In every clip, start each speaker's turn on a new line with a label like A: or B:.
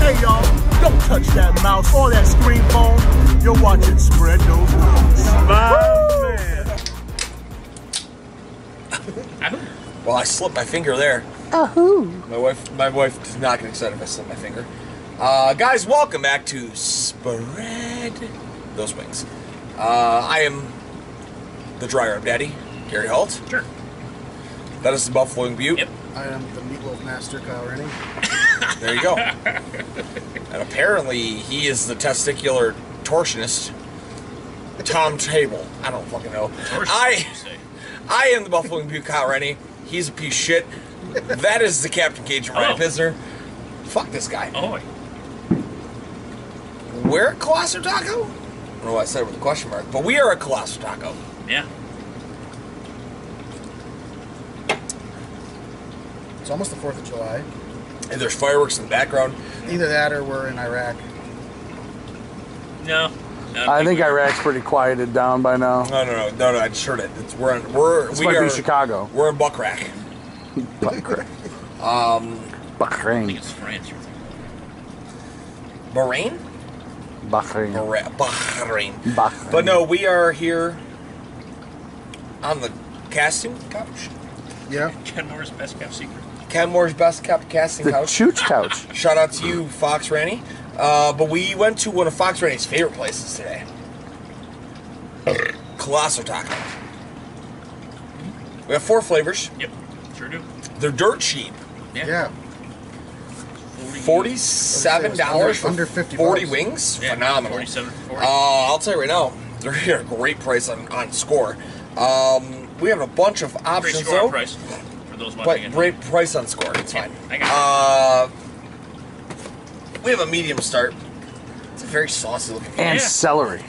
A: Hey y'all, don't touch that mouse or that screen phone. You're watching Spread Those Rules.
B: Well, I slipped my finger there. Oh, My wife, my wife does not get excited if I slip my finger. Uh, guys, welcome back to Spread Those Wings. Uh, I am the dryer up daddy, Gary Holt.
C: Sure.
B: That is the Buffalo and Butte.
C: Yep.
D: I am the meatloaf master, Kyle Rennie.
B: There you go. and apparently, he is the testicular torsionist, Tom Table. I don't fucking know. I. I am the Buffalo and Butte Kyle Rennie. He's a piece of shit. That is the Captain Cajun Ryan
C: Oh.
B: Pisner. Fuck this guy.
C: Oh,
B: We're a Colossal Taco? I don't know why I said it with a question mark, but we are a Colossal Taco.
C: yeah.
D: It's almost the 4th of July.
B: And there's fireworks in the background.
D: Either that or we're in Iraq.
C: No. no
E: I think Iraq's pretty quieted down by now.
B: No, no, no, no, no. I just heard it. It's, we're on, we're
E: This
B: we
E: might
B: are
E: be Chicago.
B: We're in Buckrack.
C: Um, I think
E: Bahrain.
C: it's France. or something.
B: Bahrain?
C: Oh.
E: Bahrain.
B: Bahra- Bahrain.
E: Bahrain.
B: But no, we are here on the casting couch.
D: Yeah.
C: Ken Moore's best kept secret.
B: Kenmore's best kept casting
E: The
B: couch.
E: Chooch Couch.
B: Shout out to you, Fox Ranny. Uh, but we went to one of Fox Ranny's favorite places today. Colossal Taco. We have four flavors.
C: Yep. Sure do.
B: They're dirt cheap.
D: Yeah.
B: Forty-seven dollars for
D: Under 50
B: forty
D: bucks.
B: wings.
C: Yeah,
B: Phenomenal.
C: 47 for 40.
B: Uh, I'll tell you right now, they're at a great price on, on score. Um, we have a bunch of
C: Great
B: options
C: score
B: though,
C: price for those
B: but
C: watching. it.
B: great price on score. It's
C: Yeah,
B: fine.
C: I
B: Uh, we have a medium start. It's a very saucy looking.
E: And
C: Yeah.
E: celery.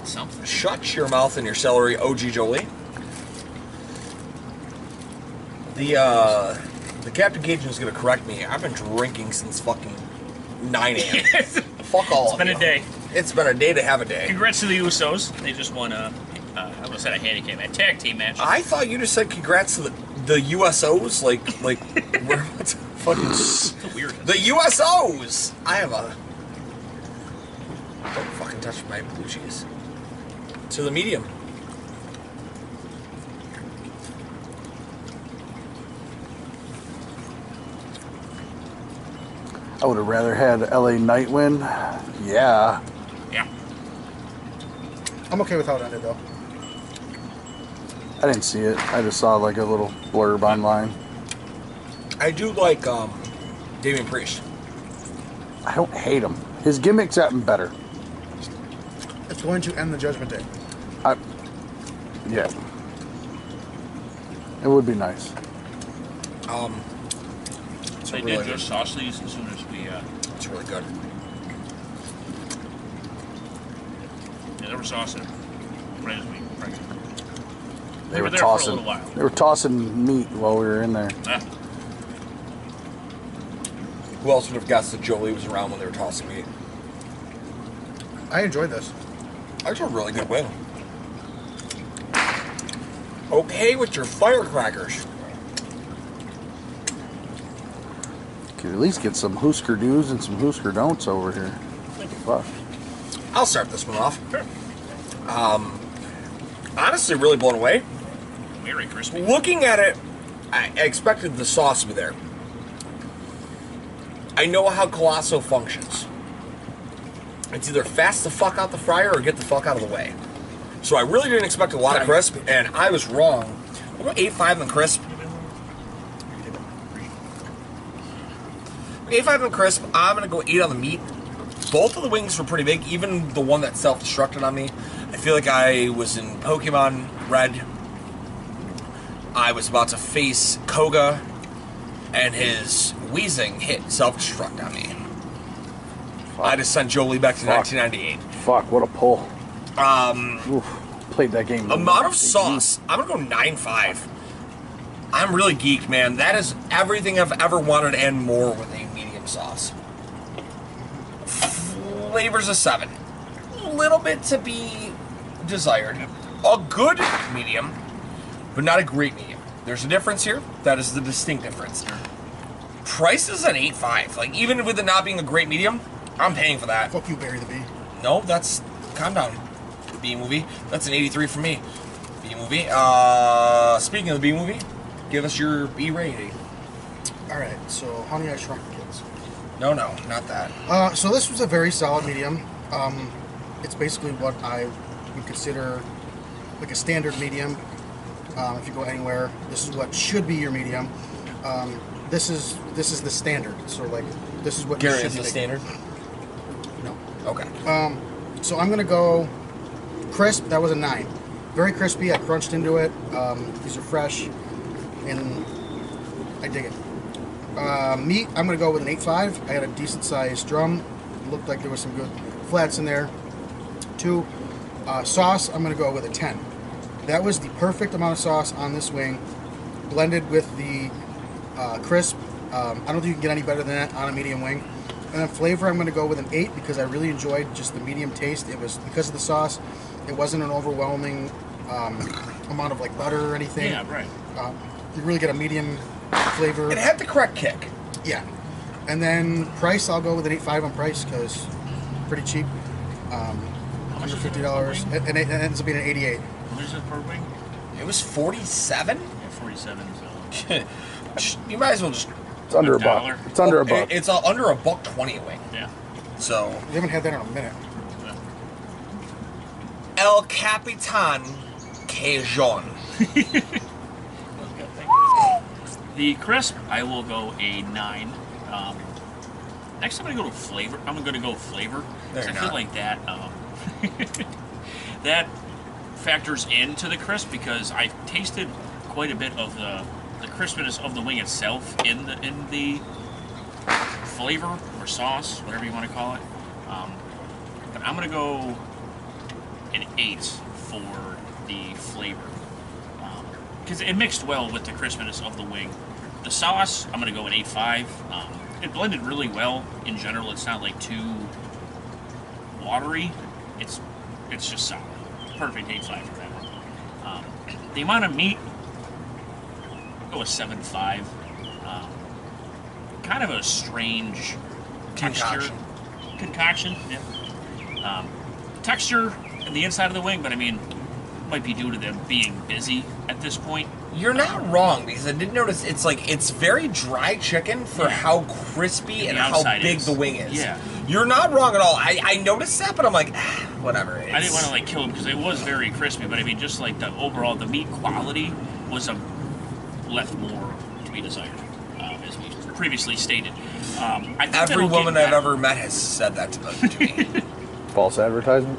B: Uh,
C: Something.
B: Shut your mouth and your celery, OG Jolie. The uh, the Captain Cajun is gonna correct me. I've been drinking since fucking nine a.m.
C: it's
B: Fuck all. of
C: been a
B: you.
C: day.
B: It's been a day to have a day.
C: Congrats to the Usos. They just won a, uh, I almost said a handicap match, tag team match.
B: I thought you just said congrats to the, the USOs. Like like where what's fucking
C: It's weird.
B: the USOs. I have a don't fucking touch my blue cheese. To the medium.
E: I would have rather had LA Nightwind. Yeah.
C: yeah.
D: I'm okay without under though.
E: I didn't see it. I just saw like a little blurb online.
B: I do like um, Damien Priest.
E: I don't hate him. His gimmick's gotten better.
D: It's going to end the Judgment Day.
E: I, yeah. It would be nice.
B: Um, it's
C: They
B: really
C: did just sauce these as soon as we, uh,
B: good. It's really good.
C: yeah, they were saucing right as we right. They
E: They,
C: were there
E: were,
C: for a
E: tossing.
C: little while.
E: They were tossing meat while we were in there.
C: Ah,
B: Who else would have guessed that Jolie was around when they were tossing me?
D: I enjoyed this.
B: That's a really good win. Okay with your firecrackers.
E: Could at least get some Hoosker do's and some Hoosker don'ts over here. Fuck.
B: I'll start this one off. Um,
C: Sure.
B: Honestly, really blown away.
C: Merry Christmas.
B: Looking at it, I I expected the sauce to be there. I know how Colosso functions. It's either fast the fuck out the fryer or get the fuck out of the way. So I really didn't expect a lot of crisp, and I was wrong. I'm going 8.5 and crisp. 8.5 and crisp, I'm going to go 8 on the meat. Both of the wings were pretty big, even the one that self destructed on me. I feel like I was in Pokemon Red. I was about to face Koga, and his wheezing hit self destruct on me. I just sent Jolie back to
E: Fuck.
B: 1998.
E: Fuck, what a pull. Um, played that game.
B: Amount of sauce. I'm gonna go nine five. I'm really geeked, man. That is everything I've ever wanted and more with a medium sauce. Flavors a seven. A little bit to be desired. A good medium, but not a great medium. There's a difference here. That is the distinct difference. Price is an eight five. Like even with it not being a great medium, I'm paying for that.
D: Fuck you, Barry the Bee.
B: No, that's calm down. B movie. That's an 83 for me. B movie. Uh, speaking of the B movie, give us your B rating.
D: All right, so Honey, I Shrunk the Kids.
B: No, no, not that.
D: Uh, so this was a very solid medium. Um, it's basically what I would consider like a standard medium. Um, if you go anywhere, this is what should be your medium. Um, this is this is the standard. So like this is what you
B: Gary is
D: should be
B: the
D: making.
B: standard.
D: No.
B: Okay.
D: So I'm gonna go crisp. That was a nine. Very crispy. I crunched into it. Um, these are fresh, and I dig it. Uh, meat. I'm gonna go with an eight-five. I had a decent sized drum. Looked like there was some good flats in there. Two. Uh, sauce. I'm gonna go with a ten. That was the perfect amount of sauce on this wing, blended with the uh, crisp. Um, I don't think you can get any better than that on a medium wing. And then flavor, I'm going to go with an eight because I really enjoyed just the medium taste. It was because of the sauce. It wasn't an overwhelming um, amount of like butter or anything.
F: Yeah, right.
D: Um, you really get a medium flavor.
B: It had the correct kick.
D: Yeah. And then price, I'll go with an 8.5 on price because pretty cheap. Um, under fifty dollars, and and it ends up being an eighty-eight.
F: What is it per wing?
B: It was 47.
F: Yeah, 47. So.
B: You might as well just.
E: It's under a
F: A dollar.
E: buck. It's under a buck.
B: It's uh, under a buck twenty a wing.
F: Yeah.
B: So
D: We haven't had that in a minute.
B: El Capitan Cajon.
F: The crisp, I will go a nine. Um, next, I'm gonna go to flavor. I'm gonna go flavor. 'cause
B: No,
F: I
B: you're
F: feel
B: not.
F: like that um, that factors into the crisp because I've tasted quite a bit of the the crispness of the wing itself in the in the flavor or sauce, whatever you want to call it. Um, but I'm gonna go an eight for the flavor because it mixed well with the crispness of the wing. The sauce, I'm gonna go an 8.5. Um, it blended really well in general. It's not like too watery. It's it's just solid. Perfect 8.5 for that one. Um, the amount of meat, go a 7.5. Um, kind of a strange
B: Concoction.
F: texture. Concoction, yeah. Um, texture in the inside of the wing, but I mean, might be due to them being busy at this point.
B: You're not wrong because I did notice it's like it's very dry chicken for
F: Yeah.
B: how crispy and
F: And the
B: how
F: outside
B: big
F: is.
B: the wing is.
F: Yeah.
B: You're not wrong at all. I, I noticed that, but I'm like, ah, whatever.
F: I didn't want to like kill him because it was very crispy, but I mean, just like the overall, the meat quality was a left more to be desired, um, as we previously stated. Um, I think
B: Every
F: that'll get
B: woman I've
F: better.
B: ever met has said that to, to me.
E: False advertisement.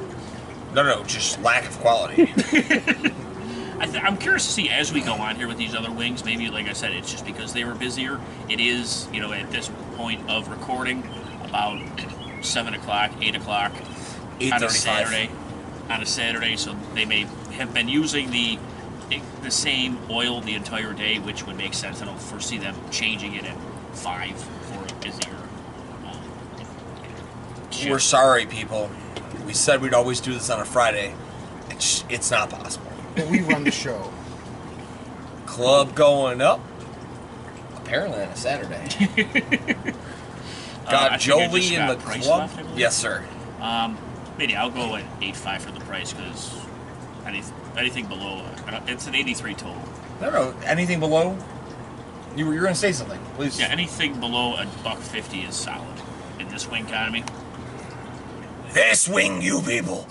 B: no, no, just lack of quality.
F: I th- I'm curious to see as we go on here with these other wings. Maybe, like I said, it's just because they were busier. It is, you know, at this point of recording, about seven o'clock, eight o'clock on a
B: 8:35.
F: Saturday. On a Saturday, so they may have been using the the same oil the entire day, which would make sense. I don't foresee them changing it at five for a busier. um, shift.
B: We're sorry, people. We said we'd always do this on a Friday. It's, it's not possible.
D: But we run the show.
B: Club going up. Apparently on a Saturday.
F: Uh,
B: Got
F: I think I just
B: Jolie in
F: got
B: the
F: price
B: club.
F: left, I believe.
B: yes, sir.
F: Um, maybe I'll go at eight five for the price because anything, anything below uh, I don't- it's an eighty three total.
B: No, no. Anything below? You were, you were going to say something. Please.
F: Yeah, anything below a buck fifty is solid in this wing economy.
B: This wing, you people.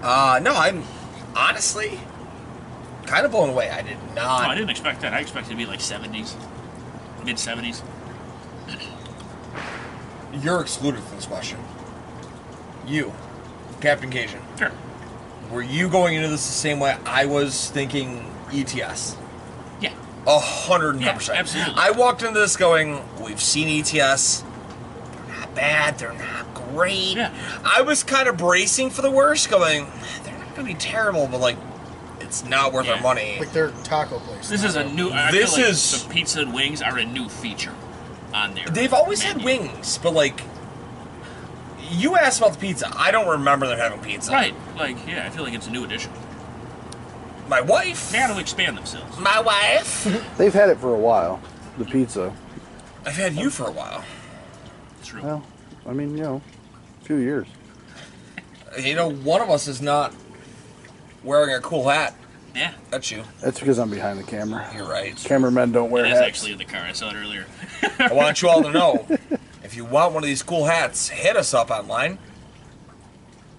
B: Uh, no, I'm honestly kind of blown away. I did
F: No, Oh, I
B: not.
F: didn't expect that. I expected it to be like 70s, mid 70s.
B: You're excluded from this question. You, Captain Cajun,
F: Sure.
B: were you going into this the same way I was thinking E ETS?
F: Yeah.
B: A hundred and
F: Yeah,
B: ten percent.
F: absolutely.
B: I walked into this going, we've seen ETS. They're not bad. They're not great.
F: Yeah.
B: I was kind of bracing for the worst, going, they're not going to be terrible, but like, it's not worth our
F: Yeah.
B: money.
D: Like their taco place.
F: This is a new. I
B: This
F: feel like
B: is-
F: the pizza and wings are a new feature on there.
B: They've always had wings, but like, you asked about the pizza. I don't remember them having pizza.
F: Right. Like, yeah, I feel like it's a new addition.
B: My wife.
F: They got to expand themselves.
B: My wife.
E: They've had it for a while, the pizza.
B: I've had you for a while.
F: True.
E: Well, I mean, you know, a few years.
B: You know, one of us is not wearing a cool hat.
F: yeah.
B: That's you.
E: That's because I'm behind the camera.
B: You're right.
E: Cameramen don't wear
F: It is
E: hats.
F: actually in the car. I saw it earlier.
B: I want you all to know if you want one of these cool hats, hit us up online.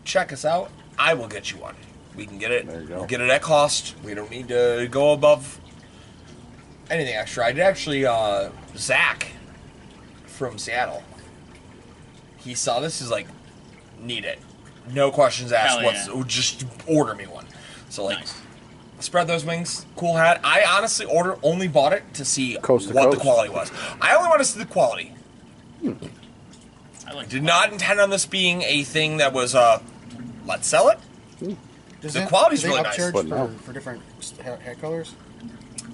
B: Check us out. I will get you one. We can get it.
E: There you go.
B: We'll Get it at cost. We don't need to go above anything extra. I did actually, uh, Zach from Seattle, he saw this. He's like, need it. No questions asked.
F: Hell
B: what's,
F: yeah.
B: Just order me one. So, like,
F: Nice.
B: spread those wings. Cool hat. I honestly order only bought it to see
E: Coast to
B: what
E: coast.
B: the quality was. I only wanted to see the quality.
F: I like
B: Did not intend on this being a thing that was uh, let's sell it.
D: Does
B: the
D: that-
B: quality's
D: do they
B: really nice.
D: upcharge
E: But no.
D: for, for different ha- hair colors.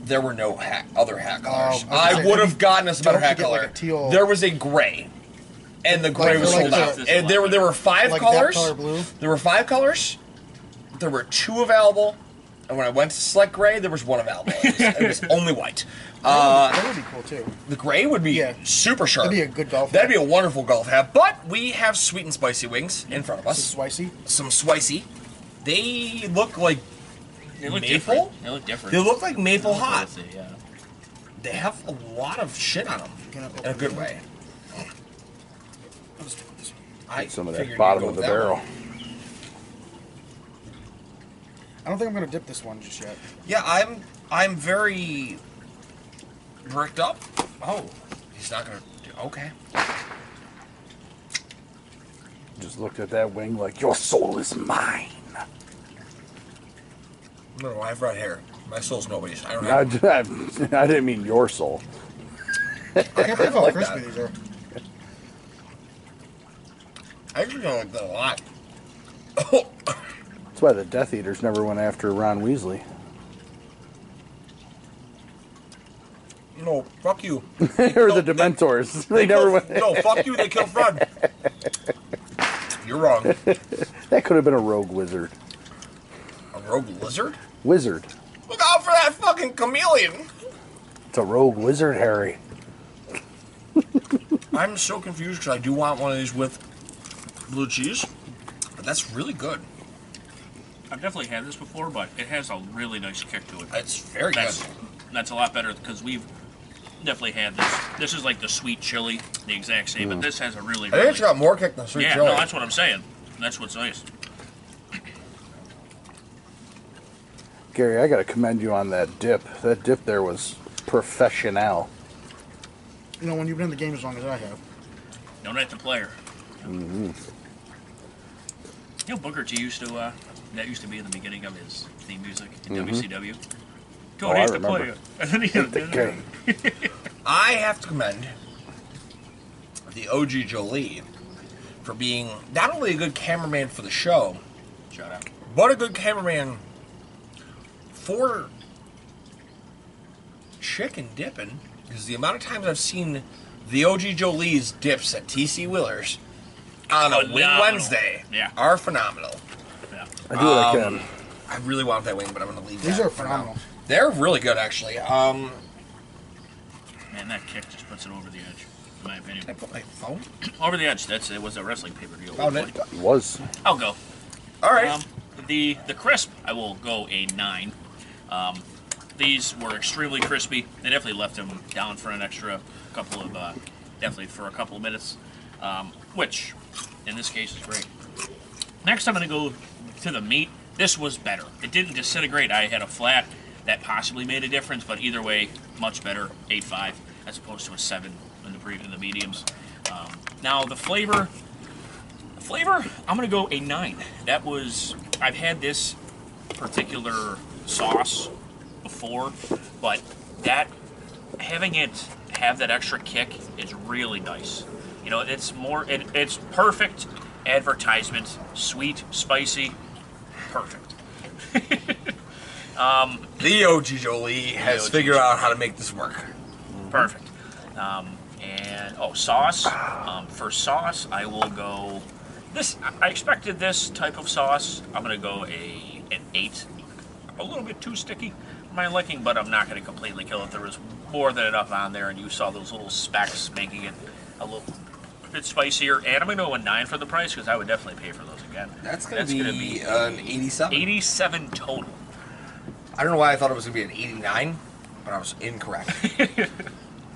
B: There were no ha other hat colors.
D: Oh,
B: I
D: I was gonna say,
B: would have gotten us a better
D: don't you
B: hat
D: get, like,
B: color.
D: a teal-
B: There was a gray, and the gray
D: Like-
B: was
D: like
B: sold
D: the-
B: out. And there were there were five
D: Like that
B: colors.
D: color blue?
B: There were five colors. There were two available, and when I went to select gray, there was one available. It was, it was only white. Uh,
D: that would be cool too.
B: The gray would be
D: Yeah.
B: super sharp.
D: That'd be a good golf
B: That'd
D: hat.
B: be a wonderful golf hat. But we have sweet and spicy wings in front of
D: This is
B: us.
D: spicy.
B: Some spicy. They look like
F: They
B: maple?
F: look different. They look different.
B: they look like maple
F: Let's
B: hot.
F: see, yeah.
B: They have a lot of shit on them
D: Can I open
B: in a good
D: it?
B: way.
D: I'll just stick with this one.
B: I
E: Some of
B: figured
E: that
B: you'd
E: bottom
B: go
E: of the
B: with that
E: barrel.
B: one.
D: I don't think I'm gonna dip this one just yet.
B: Yeah, I'm I'm very bricked up. Oh, he's not gonna. Okay.
E: Just looked at that wing like, your soul is mine.
B: No, I have red hair. My soul's nobody's. I don't
E: I, I,
B: have.
E: I didn't mean your soul.
D: I can't believe how
B: like
D: crispy
B: that.
D: these are.
B: I actually don't like that a lot.
E: That's why the Death Eaters never went after Ron Weasley.
B: no, fuck you.
E: or the Dementors. They never
B: Kill-
E: went.
B: no, fuck you. They killed Fred. You're wrong. A
E: That could have been a rogue wizard.
B: rogue lizard?
E: Wizard.
B: Look out for that fucking chameleon.
E: It's a rogue wizard, Harry.
B: I'm so confused because I do want one of these with blue cheese, but that's really good.
F: I've definitely had this before, but it has a really nice kick to it.
B: It's very
F: That's
B: good.
F: that's a lot better because we've definitely had this. This is like the sweet chili, the exact same, but this has a really.
B: I think it's
F: really-
B: Mm. got more kick than sweet
F: yeah,
B: chili.
F: no, that's what I'm saying. That's what's nice.
E: Gary, I gotta commend you on that dip. That dip there was professional.
D: You know, when you've been in the game as long as I have,
F: Don't hit the player.
E: Mm-hmm.
F: You know, Booker T used to. Uh, that used to be in the beginning of his theme music in WCW. Don't
E: Mm-hmm. Oh, I
F: hit the
E: remember.
F: player. And then he hit the
E: Okay.
B: I have to commend the OG Jolie for being not only a good cameraman for the show,
F: Shout out.
B: but a good cameraman for chicken dipping because the amount of times I've seen the OG Jolie's dips at TC Wheelers on a Wing
F: Phenomenal.
B: Wednesday
F: Yeah.
B: are phenomenal.
F: Yeah.
E: I do like that.
B: Um, I really want that wing, but I'm gonna leave.
D: these
B: that
D: are
B: for now.
D: phenomenal.
B: They're really good, actually. Um,
F: Man, that kick just puts it over the edge, in my opinion.
B: did I put my phone?
F: Over the edge. That's it. Was a wrestling pay per view.
B: Found it.
E: It was.
F: I'll go.
B: All right.
F: Um, the the crisp, I will go a nine. Um, these were extremely crispy. They definitely left them down for an extra couple of, uh, definitely for a couple of minutes, um, which in this case is great. Next, I'm going to go to the meat, this was better. It didn't disintegrate. I had a flat that possibly made a difference, but either way, much better. Eight five as opposed to a seven in the pre in the mediums. Um, now the flavor, the flavor, I'm gonna go a nine. That was I've had this particular sauce before, but that having it have that extra kick is really nice. You know, it's more it, it's perfect advertisement. Sweet, spicy, perfect.
B: The OG Jolie has
F: OG
B: figured out how to make this work.
F: Perfect. Um, and oh, sauce. Um, for sauce, I will go. This I- I expected this type of sauce. I'm gonna go a an eight. A little bit too sticky, for my liking, but I'm not gonna completely kill it. There was more than enough on there, and you saw those little specks making it a little bit spicier. And I'm gonna go a nine for the price because I would definitely pay for those again.
B: That's gonna be an 87.
F: 87 total.
B: I don't know why I thought it was gonna be an 89, but I was incorrect.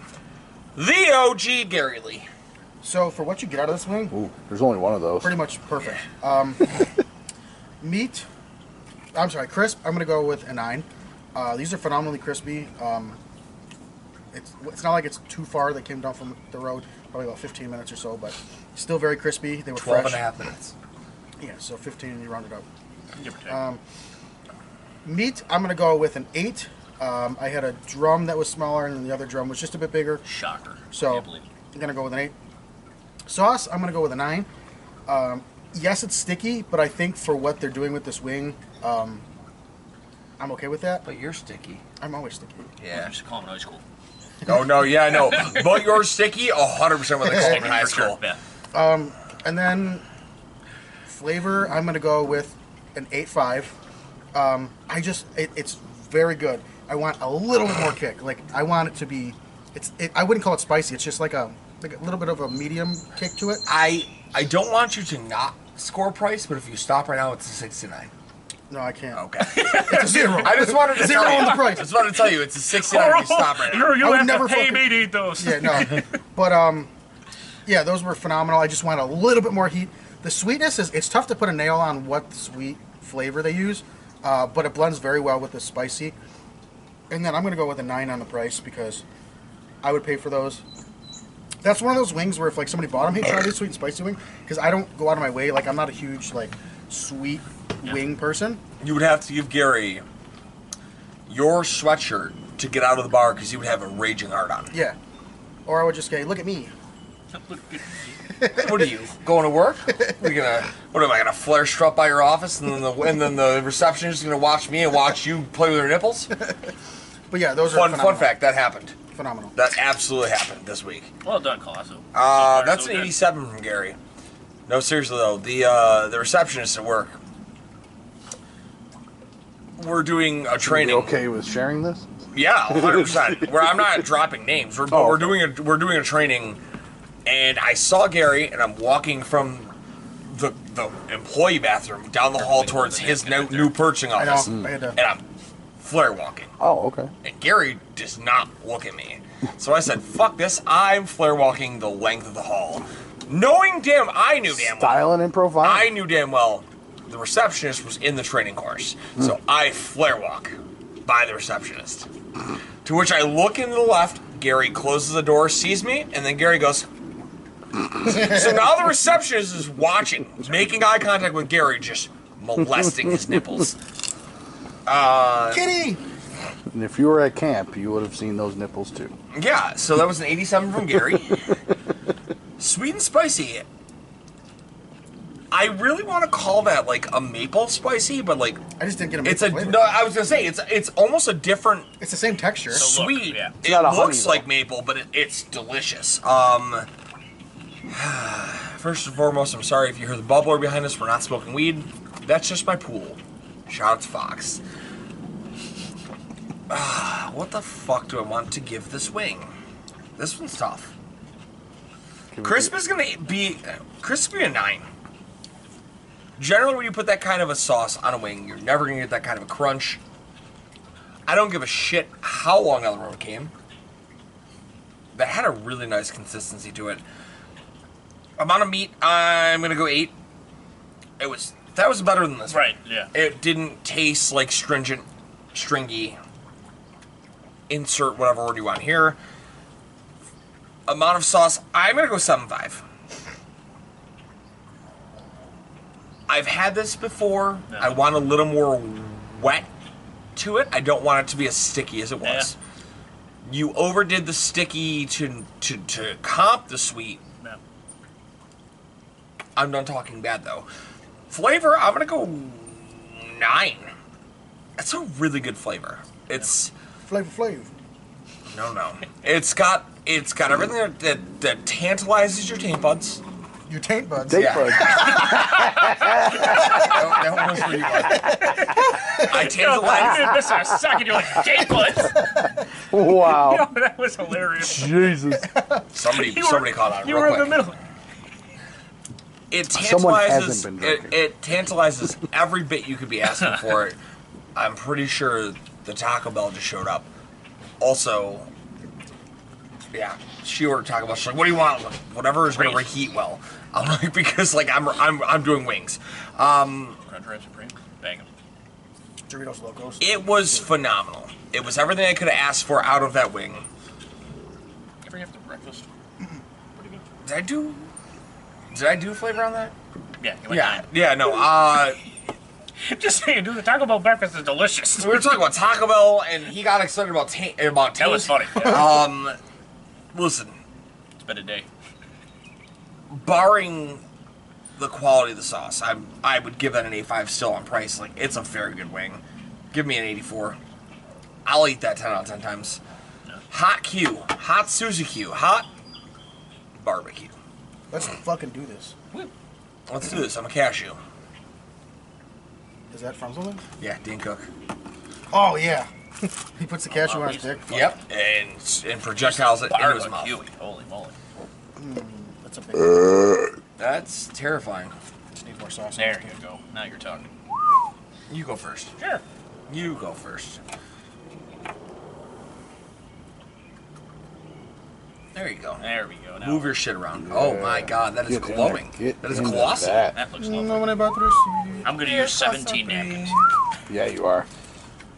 B: the OG Gary Lee.
D: So for what you get out of this wing,
E: Ooh, there's only one of those.
D: pretty much perfect. Um, meat, I'm sorry, crisp. I'm gonna go with a nine. Uh, these are phenomenally crispy. Um, it's it's not like it's too far. They came down from the road, probably about 15 minutes or so, but still very crispy. They were
B: 12
D: fresh.
B: and a half minutes.
D: Yeah, so 15 and you round it up.
F: Give or take.
B: Um,
D: Meat, I'm gonna go with an eight. Um, I had a drum that was smaller, and then the other drum was just a bit bigger.
F: Shocker.
D: So
F: Can't believe it.
D: I'm gonna go with an eight. Sauce, I'm gonna go with a nine. Um, yes, it's sticky, but I think for what they're doing with this wing, um, I'm okay with that.
B: But you're sticky.
D: I'm always sticky.
F: I
B: Yeah.
F: used to call 'em in high school.
B: Oh no, yeah, I know. But you're sticky, 100% with the call in
F: Sticky
B: high
F: for sure,
B: school.
F: yeah.
D: And then flavor, I'm gonna go with an eight five. Um, I just it, it's very good. I want a little bit more kick. Like I want it to be. It's it, I wouldn't call it spicy. It's just like a like a little bit of a medium kick to it.
B: I I don't want you to not score price, but if you stop right now, it's a 69.
D: No, I can't.
B: Okay. it's a zero. I just wanted to
D: Zero
B: tell you.
D: on the price.
B: I just wanted to tell you it's a 69 if you stop right now.
F: You're
D: I would
F: gonna have
D: never
F: to pay
D: fucking-
F: me to eat those.
D: Yeah, no. but um, yeah, those were phenomenal. I just want a little bit more heat. The sweetness is it's tough to put a nail on what sweet flavor they use, uh, but it blends very well with the spicy. And then I'm gonna go with a nine on the price because I would pay for those. That's one of those wings where if like somebody bought them, hey, try this sweet and spicy wing, because I don't go out of my way. Like I'm not a huge like sweet wing person.
B: You would have to give Gary your sweatshirt to get out of the bar because he would have a raging hard on.
D: Yeah. Or I would just say, look at me.
B: What are you going to work? We're gonna. What am I gonna flare strut by your office, and then the and then the receptionist is gonna watch me and watch you play with her nipples?
D: But yeah, those
B: Fun
D: are
B: fun
D: phenomenal.
B: fact that happened.
D: Phenomenal.
B: That absolutely happened this week.
F: Well done, Colosso.
B: Uh, that's an
F: good.
B: 87 from Gary. No, seriously though, the uh, the receptionist at work. We're doing a
E: Are you
B: training.
E: okay with sharing this?
B: Yeah, 100. percent Where I'm not dropping names. We're, but
E: Oh,
B: we're
E: okay.
B: doing a we're doing a training, and I saw Gary, and I'm walking from the the employee bathroom down the hall towards his new, new purchasing
D: I know.
B: office,
D: I had
B: and
D: to-
B: I'm flare walking.
E: Oh, okay.
B: And Gary does not look at me, so I said, "Fuck this! I'm flare walking the length of the hall, knowing damn I knew damn well
E: Styling and profiling.
B: I knew damn well the receptionist was in the training course. So I flare walk by the receptionist. To which I look in the left, Gary closes the door, sees me, and then Gary goes. so now the receptionist is watching, making eye contact with Gary, just molesting his nipples.
D: Kitty.
E: And if you were at camp, you would have seen those nipples too.
B: Yeah, so that was an 87 from Gary. Sweet and spicy. I really want to call that like a maple spicy, but like
D: I just didn't get a.
B: It's a
D: flavor.
B: no. I was gonna say it's it's almost a different
D: It's the same texture.
F: look,
B: sweet.
F: yeah.
B: It
E: not a honey,
B: looks like maple, but it, it's delicious. Um, first and foremost, I'm sorry if you hear the bubbler behind us. We're not smoking weed. That's just my pool. Shout out to Fox. Ah, what the fuck do I want to give this wing? This one's tough.
E: Give it-
B: Crisp is gonna be crisp be a nine. Generally, when you put that kind of a sauce on a wing, you're never gonna get that kind of a crunch. I don't give a shit how long on the road it came. That had a really nice consistency to it. Amount of meat, I'm gonna go eight. It was That was better than this.
F: Right. Yeah.
B: It didn't taste like stringent, stringy. Insert whatever word you want here. Amount of sauce, I'm gonna go seven five. I've had this before.
F: No.
B: I want a little more wet to it. I don't want it to be as sticky as it was. You overdid the sticky to to to comp the sweet.
F: No.
B: I'm done talking bad though. Flavor, I'm gonna go nine. That's a really good flavor. It's
D: Flavor Flav.
B: no no. It's got it's got everything that that, that tantalizes your taint buds.
D: Your taint buds.
E: Date
B: Yeah.
E: bud.
B: That, that one was for you. Bud. I
F: I
B: tantalize.
F: did this in a second. You're like, gay butts.
E: Wow.
F: that was hilarious.
E: Jesus.
B: Somebody
F: You were-
B: somebody caught on.
F: You
B: real
F: were
B: quick.
F: in the middle.
B: it
E: Uh, Someone
B: tantalizes.
E: hasn't been
B: it,
E: drinking.
B: it tantalizes every bit you could be asking for. It. I'm pretty sure the Taco Bell just showed up. Also, yeah, she ordered Taco Bell. She's like, "What do you want? I'm like, Whatever is going to
F: Wings.
B: reheat well." I'm like, because like I'm I'm I'm doing wings. Um,
F: Crunch Wrap Supreme. Bang 'em.
D: Doritos Locos.
B: it was phenomenal. It was everything I could have asked for out of that wing.
F: Ever have the breakfast?
B: Mm-hmm. Did I do? Did I do flavor on that?
F: Yeah. you went
B: yeah, yeah, no. Uh,
F: nine. Just saying, dude. The Taco Bell breakfast is delicious.
B: we were talking about Taco Bell, and he got excited about ta- about
F: That was
B: taste.
F: funny. Yeah,
B: Um, listen,
F: it's been a day.
B: barring the quality of the sauce, I I would give that an 85 still on price. Like it's a very good wing. Give me an 84. I'll eat that 10 out of 10 times. Hot Q, hot Suzy Q, hot barbecue.
D: Let's fucking do this.
B: Let's do this. I'm a cashew.
D: Is that from something?
B: Yeah, Dean Cook.
D: Oh yeah. he puts the cashew on his dick.
B: Yep, and and projectiles it into his
F: Barbecue.
B: mouth.
F: Holy moly.
D: That's a big.
E: Uh.
B: That's terrifying.
D: Just need more sauce.
F: There you go. Now you're talking.
B: You go first.
F: Sure.
B: You go first. There you go.
F: There we go. Now
B: Move your shit around. Oh my god, that is
E: Get in
B: glowing.
E: there. Get
B: That is
E: into
B: colossal.
E: that.
F: that looks
D: You
F: lovely.
D: know when I bought this?
F: I'm gonna use 17 napkins.
E: Yeah, you are.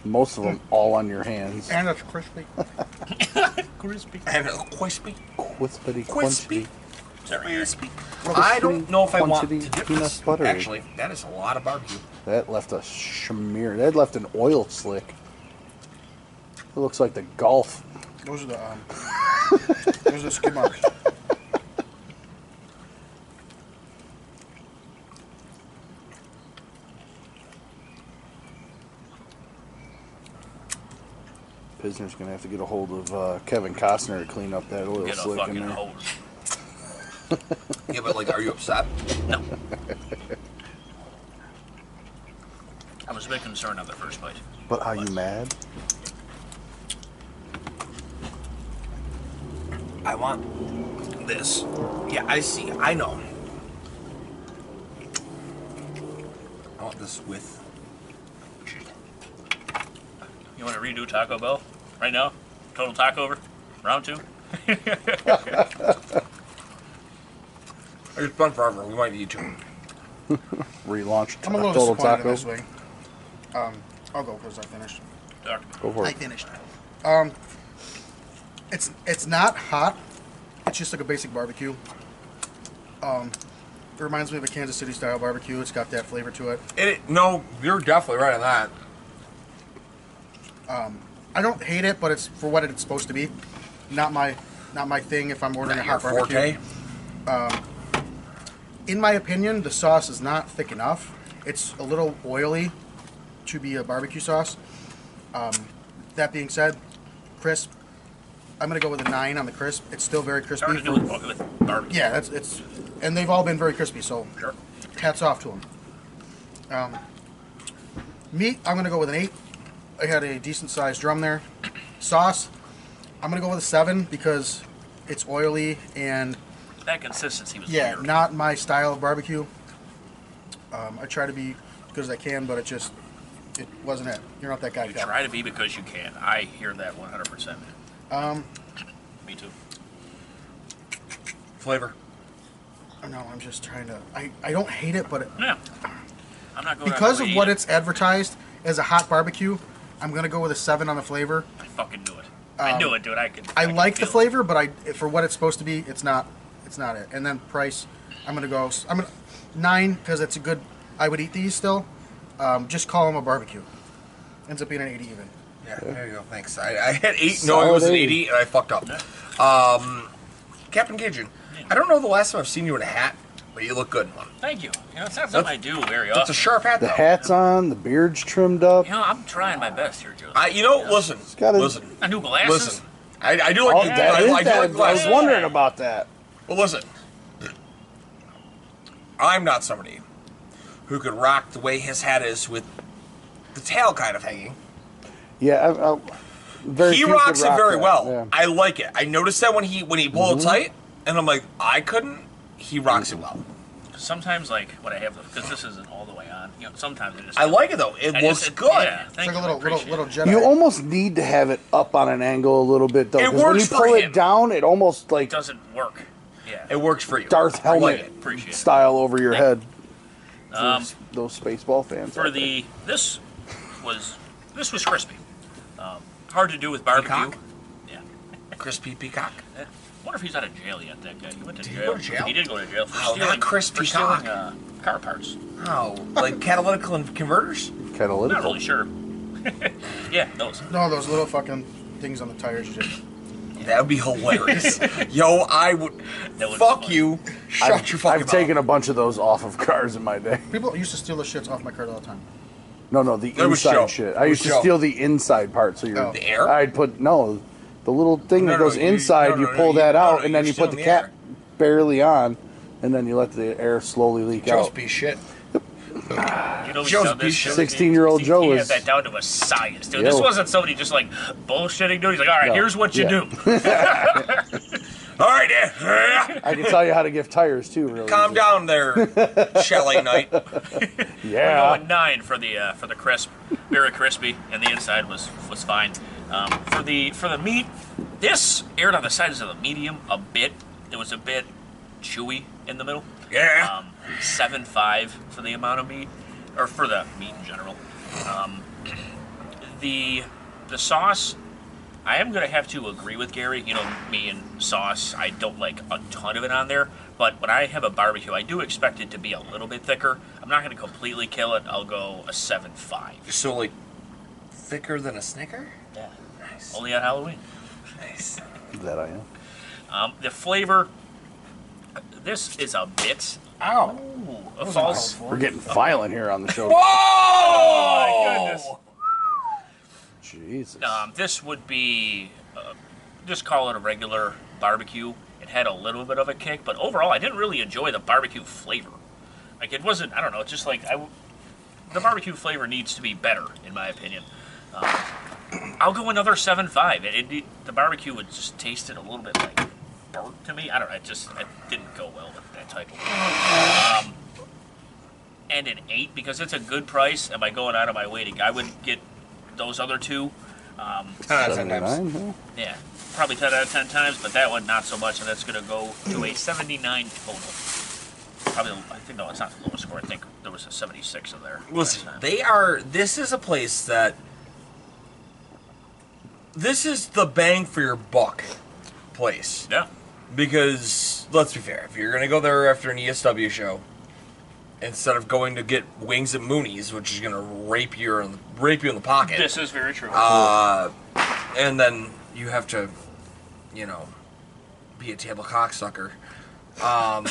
E: Most of them all on your hands.
D: And it's crispy.
F: Crispy.
B: And a crispy,
E: Quispity
B: crispy,
E: quantity.
B: crispy. I don't know if I want to
E: Quantity
B: dip
E: peanut
B: this.
E: buttery.
B: Actually, that is a lot of barbecue.
E: That left a smear. That left an oil slick. It looks like the Gulf.
D: Those are the um. those are the skid marks.
E: Pisner's gonna have to get a hold of uh, Kevin Costner to clean up that oil
F: Get a
E: slick in
F: fucking
E: there.
F: hole.
B: Yeah, but like, are you upset?
F: I was a bit concerned on the first bite.
E: But are you mad?
B: I want this. Yeah, I see. I know. I want this with.
F: You want to redo Taco Bell right now? Total taco over, round two.
B: It's been forever. We might need to.
E: Relaunch
D: I'm a little
E: Total
D: disappointed in
E: Taco.
D: this wing. Um, I'll go because I finished.
F: Doctor.
E: Go for
D: I
E: it.
D: finished. Um, it's it's not hot. It's just like a basic barbecue. Um, it reminds me of a Kansas City style barbecue. It's got that flavor to it.
B: It, no, you're definitely right on that.
D: I don't hate it, but it's for what it's supposed to be. Not my not my thing. If I'm ordering a
B: Your
D: hot barbecue,
B: forte.
D: in my opinion, the sauce is not thick enough. It's a little oily to be a barbecue sauce. Um, that being said, crisp. I'm gonna go with a nine on the crisp. It's still very
F: It's hard
D: crispy.
F: to do with, with barbecue.
D: Yeah, that's it's, and they've all been very crispy. So
F: Sure.
D: hats off to them. Um, meat, I'm gonna go with an eight. I had a decent sized drum there. Sauce, I'm gonna go with a seven because it's oily and
F: That consistency was
D: yeah,
F: weird.
D: not my style of barbecue. Um, I try to be good as I can, but it just it wasn't it. You're not that guy.
F: you
D: Kevin.
F: try to be because you can. I hear that 100%. man.
D: Um,
F: Me too.
B: Flavor.
D: no, I'm just trying to. I, I don't hate it, but it,
F: Yeah. I'm not going out
D: Because
F: the way
D: of
F: to
D: what
F: eat
D: it's advertised as a hot barbecue, I'm gonna go with a seven on the flavor.
F: it. I fucking knew it. I knew it, dude. I could.
D: Um, I
F: could
D: like the
F: feel it.
D: flavor, but I for what it's supposed to be, it's not. It's not it. And then price, I'm gonna go. I'm gonna nine because it's a good. I would eat these still. Um, just call them a barbecue. Ends up being an eighty even.
B: Yeah, there you go. Thanks. I, I had eight, knowing it was an
E: Solid
B: 80, and I fucked up. Um, Captain Cajun, I don't know the last time I've seen you in a hat, but you look good in one.
F: Thank you. You know, it's not something I do very
B: That's a
F: often.
B: sharp hat,
E: The
B: though.
E: hat's on, the beard's trimmed up.
F: you know, I'm trying my best here, Joe.
B: I, you know, listen,
E: got a-
B: listen,
F: I do glasses.
B: listen. I, I do like,
E: Oh,
B: the-
E: that
B: I,
E: is
B: I do like
E: that. I was
B: glasses.
E: wondering about that.
B: Well, listen, I'm not somebody who could rock the way his hat is with the tail kind of hanging.
E: Yeah, I, I, very
B: he
E: few could
B: rocks it
E: rock
B: very
E: that,
B: well.
E: yeah. Mm-hmm.
B: I like it. I noticed that when he when he pulled it tight, and I'm like, I couldn't. He rocks it well.
F: Sometimes, like what I have, because this isn't all the way on. You know, sometimes it is.
B: I like it though. It
F: I
B: looks
F: just-
B: good.
F: Yeah,
D: It's
F: thank
D: like a
F: you, I
D: little little
F: appreciate
D: little
F: it.
D: Jedi.
E: You almost need to have it up on an angle a little bit though.
B: It
E: 'cause when
B: works
E: you
B: for
E: pull
B: him.
E: it down, it almost
F: It
E: like
F: doesn't work. Yeah.
B: It works for you.
E: Darth
B: I like
E: helmet
B: it.
F: Appreciate it.
E: style over your head.
F: Um,
E: Those- those spaceball fans.
F: for
E: out there.
F: the this was this was crispy. Um, hard to do with barbecue.
B: Peacock?
F: Yeah.
B: Crispy Peacock.
F: Eh, wonder if he's out of jail yet. That guy. He went to
B: Did he
F: jail.
B: go to jail?
F: He did go to jail for
B: Oh, not
F: stealing
B: Chris
F: for
B: Peacock.
F: stealing uh, car parts.
B: Oh, like catalytic con- converters?
E: catalytic.
F: Not really sure. yeah, those.
D: No, those little fucking things on the tires. you Just,
B: That would be hilarious. Yo, I would.
F: That would be
B: fuck
F: funny.
B: you. Shut
E: I've,
B: your fucking
E: I've taken a bunch of those off of cars in my day.
D: people used to steal the shits off my cart all the time.
E: No, no, the
B: There was Joe.
E: inside shit. I
B: There
E: used
B: was
E: to
B: Joe.
E: steal the inside part. So you're
D: Oh.
B: The air?
E: I'd put no, the little thing
B: No,
E: that
B: no,
E: goes
B: you-
E: inside.
B: no, no,
E: you
B: no,
E: pull
B: you-
E: that
B: no,
E: out,
B: no,
E: and then
B: you're
E: you put the
B: stealing the
E: cap barely on, and then you let the air slowly leak
B: Joe's
E: out.
B: piece of shit.
F: You know, we
B: Joe's
F: saw this.
B: piece of-
E: 16-year-old
F: he-
E: Joe
F: He
E: was-
F: had that down to a science, dude.
E: Yo.
F: This wasn't somebody just like bullshitting, dude. He's like, all right,
E: No.
F: here's what you
E: Yeah.
F: do.
B: All right, Dan.
E: I can tell you how to give tires too. Really,
B: Calm
E: easy.
B: down there, Shelley Knight.
E: Yeah,
F: Going nine for the uh, for the crisp, very crispy, and the inside was was fine. Um, for the for the meat, this aired on the sides of the medium a bit. It was a bit chewy in the middle.
B: Yeah.
F: Um, seven five for the amount of meat, or for the meat in general. Um, the the sauce, I am gonna have to agree with Gary. You know, me and sauce, I don't like a ton of it on there. But when I have a barbecue, I do expect it to be a little bit thicker. I'm not gonna completely kill it. I'll go a seven five.
B: so, like, thicker than a Snicker?
F: Yeah.
B: Nice.
F: Only on Halloween.
B: Nice.
E: that I am.
F: Um, the flavor, this is a bit.
B: Ow.
F: Ooh, a false.
E: We're getting violent here on the show.
B: Whoa!
F: Oh goodness.
E: Jesus.
F: Um, this would be, uh, just call it a regular barbecue. It had a little bit of a kick, but overall, I didn't really enjoy the barbecue flavor. Like it wasn't. I don't know. It's just like I, w- the barbecue flavor needs to be better, in my opinion. Um, I'll go another seven five. It, it, the barbecue would just tasted a little bit like burnt to me. I don't know. It just it didn't go well with that type of. Um, and an eight because it's a good price. Am I going out of my way to? I would get those other two. Um,
B: Uh, sometimes.
E: 79, huh?
F: yeah, probably 10 out of 10 times, but that one not so much, and that's going to go to a 79 total. Probably, I think, no, it's not the lowest score. I think there was a 76 in there.
B: Listen,
F: last time.
B: they are. This is a place that. This is the bang for your buck place.
F: Yeah.
B: Because, let's be fair, if you're going to go there after an ESW show, instead of going to get wings at Mooney's, which is going to rape, your, rape you in the pocket.
F: This is very true.
B: Uh, and then you have to, you know, be a table cocksucker. Um,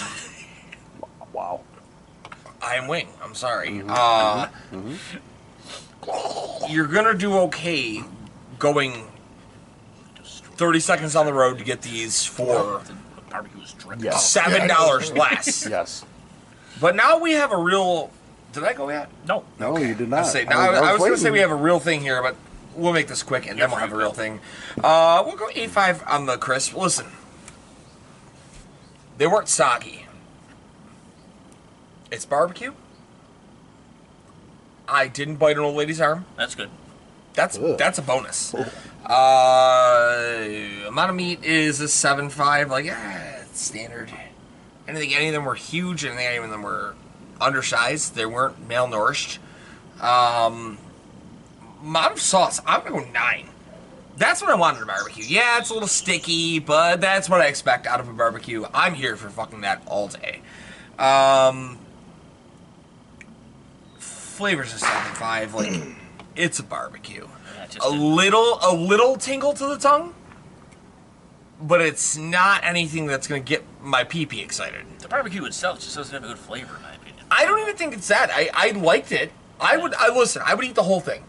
E: Wow.
B: I am wing. I'm sorry. Uh, You're gonna do okay going 30 seconds on the road to get these for
F: the barbecue was dripping.
E: Yes.
B: seven dollars less.
E: Yes.
B: But now we have a real. Did I go yet?
F: No.
E: No, you did
B: I
E: not.
B: was, say, no, I, was- I was gonna say
E: waiting.
B: we have a real thing here, but we'll make this quick and
F: You're
B: then we'll
F: free
B: have a
F: to
B: real
F: go.
B: thing. Uh, we'll go eight five on the crisp. Listen, they weren't soggy. It's barbecue. I didn't bite an old lady's arm.
F: That's good.
B: That's
E: Ugh.
B: that's a bonus. Uh, amount of meat is a seven five. Like yeah, it's standard. Anything, any of them were huge, and any of them were undersized. They weren't malnourished. Um, mom sauce. I'm gonna go nine. That's what I wanted at a barbecue. Yeah, it's a little sticky, but that's what I expect out of a barbecue. I'm here for fucking that all day. Um, flavors are seven five. Like, it's a barbecue.
F: Yeah, just
B: A little, a little tingle to the tongue, but it's not anything that's gonna get my pee pee excited.
F: the barbecue itself just doesn't have a good flavor, in my opinion.
B: I don't even think it's that. I, I liked it. I would. I listen. I would eat the whole thing.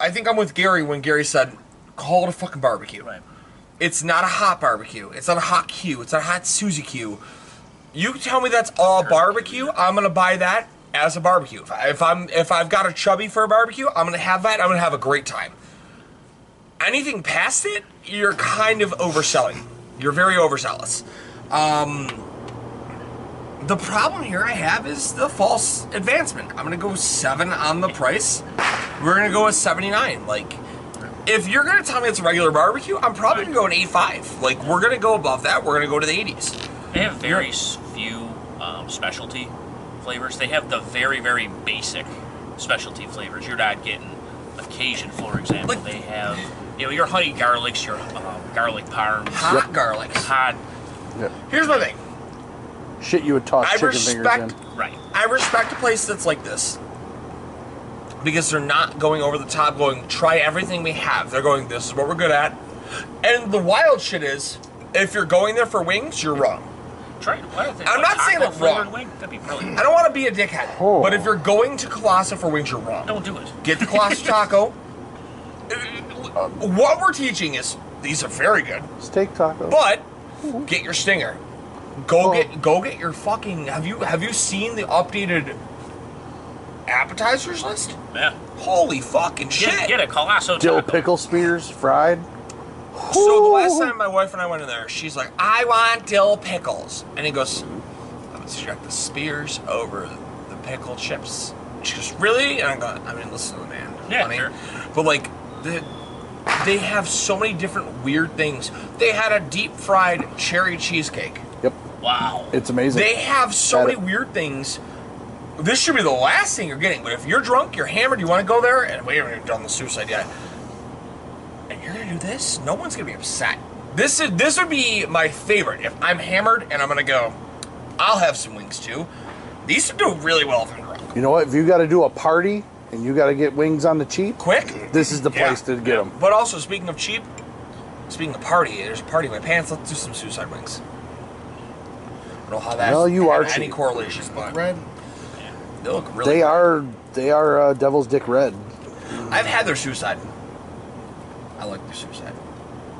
B: I think I'm with Gary when Gary said, "Call it a fucking barbecue."
F: Right.
B: It's not a hot barbecue. It's not a hot Q. It's not a hot Suzy Q. You tell me that's all barbecue. I'm gonna buy that as a barbecue. If, I, if I'm if I've got a chubby for a barbecue, I'm gonna have that. I'm gonna have a great time. Anything past it, you're kind of overselling. You're very overzealous. Um, The problem here I have is the false advancement. I'm gonna go seven on the price. We're gonna go with 79. Like, if you're gonna tell me it's a regular barbecue, I'm probably gonna go an 85. Like, we're gonna go above that. We're gonna go to the 80s.
F: They have very s- few um, specialty flavors. They have the very, very basic specialty flavors. You're not getting a Cajun, for example.
B: Like-
F: they have, you know, your honey garlics, your um, garlic parms,
B: Hot garlic.
F: hot,
E: Yeah.
B: Here's my thing.
E: Shit, you would toss
B: I
E: chicken fingers
B: respect.
E: in.
F: right.
B: I respect a place that's like this because they're not going over the top. Going try everything we have. They're going. This is what we're good at. And the wild shit is, if you're going there for wings, you're wrong.
F: Try, why don't they-
B: I'm
F: why
B: not saying
F: taco
B: it's wrong.
F: flavored Wing? That'd be brilliant.
B: I don't want to be a dickhead,
E: Oh.
B: but if you're going to Colossus for wings, you're wrong.
F: Don't do it.
B: Get the Colossus taco. Uh, What we're teaching is these are very good,
E: Steak tacos.
B: but get your stinger. Go
E: Oh.
B: get go get your fucking. Have you have you seen the updated appetizers list?
F: Yeah.
B: Holy fucking shit!
F: Get, get a colosso
E: Dill
F: taco.
E: pickle spears, fried.
B: So the last time my wife and I went in there, she's like, "I want dill pickles," and he goes, "I'm gonna strike the spears over the pickle chips." She goes, "Really?" And I go, "I mean, listen to the man,
F: Yeah,
B: honey."
F: sure.
B: But like, the, they have so many different weird things. They had a deep fried cherry cheesecake.
E: Yep,
F: Wow.
E: it's amazing.
B: They have so
E: Had
B: many
E: it.
B: weird things. This should be the last thing you're getting. But if you're drunk, you're hammered, you want to go there, and we haven't even done the suicide yet, and you're gonna do this, no one's gonna be upset. This is this would be my favorite. If I'm hammered and I'm gonna go, I'll have some wings too. These would do really well if I'm drunk.
E: you know what? If you got to do a party and you got to get wings on the cheap,
B: Quick.
E: this is the
B: Yeah.
E: place to get them.
B: But also, speaking of cheap, speaking of party, there's a party in my pants. Let's do some suicide wings. I don't know how that.
E: Well, you are
B: any
E: cheap.
B: correlations, but
D: Red.
B: they look really.
E: They are they are uh, Devil's Dick Red.
B: I've had their suicide. I like their suicide.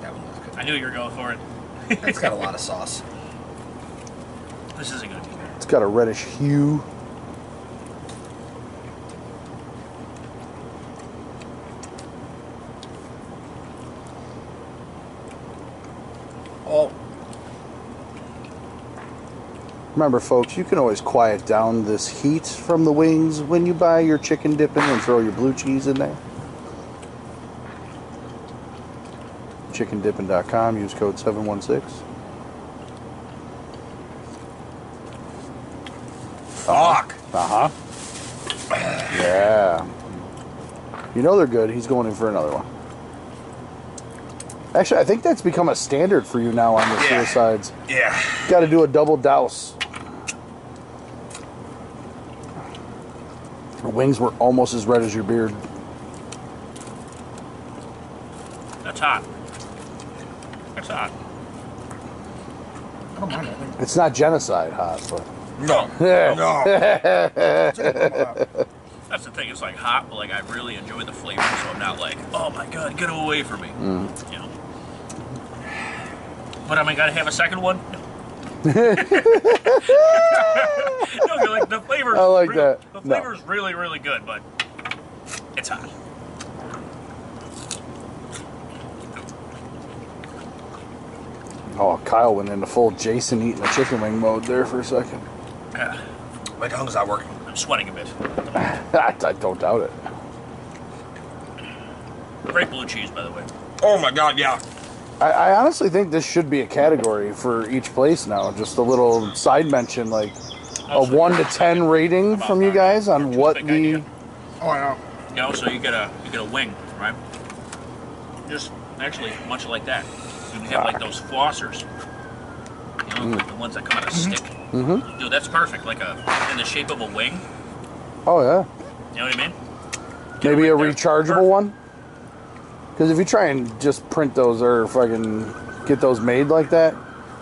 B: That one looks
F: I knew you were going for it.
B: good. It's got a lot of sauce.
F: This isn't good.
E: It's got a reddish hue.
B: Oh,
E: Remember, folks, you can always quiet down this heat from the wings when you buy your chicken dipping and throw your blue cheese in there. ChickenDippin.com. Use code seven one six.
B: fuck.
E: Uh huh. Yeah. You know they're good. He's going in for another one. Actually, I think that's become a standard for you now on the
B: Yeah.
E: suicides.
B: Yeah.
E: Got to do a double douse. Your wings were almost as red as your beard.
F: That's hot. That's hot.
D: I don't mind it.
E: It's not genocide hot, but
B: No.
E: Yeah.
B: No.
F: That's the thing. It's like hot, but like I really enjoy the flavor, so I'm not like, oh my god, get away from me.
E: Mm-hmm.
F: You know. But am I gonna have a second one? No, no you're like the flavor.
E: I like
F: real,
E: that.
F: The
E: No.
F: flavor's really, really good, but it's hot.
E: oh, Kyle went into full Jason eating a chicken wing mode there for a second.
F: Yeah,
B: My tongue's not working.
F: I'm sweating a bit.
E: I don't doubt it.
F: Great blue cheese, by the way.
B: Oh my god, yeah.
E: I, I honestly think this should be a category for each place now. Just a little side mention, like
G: Oh,
E: a
G: sorry.
E: one to ten rating from you guys on what
G: Big
E: the
G: idea.
D: Oh, I know.
G: No, so you get a you get a wing, right? Just actually much like that. You have like those flossers, you
E: Mm.
G: know, the ones that come out of stick. Mm-hmm. Dude, that's perfect. Like a in the shape of a wing.
E: oh yeah
G: You know what I mean?
E: maybe a
G: right there.
E: rechargeable one because if you try and just print those or fucking get those made like that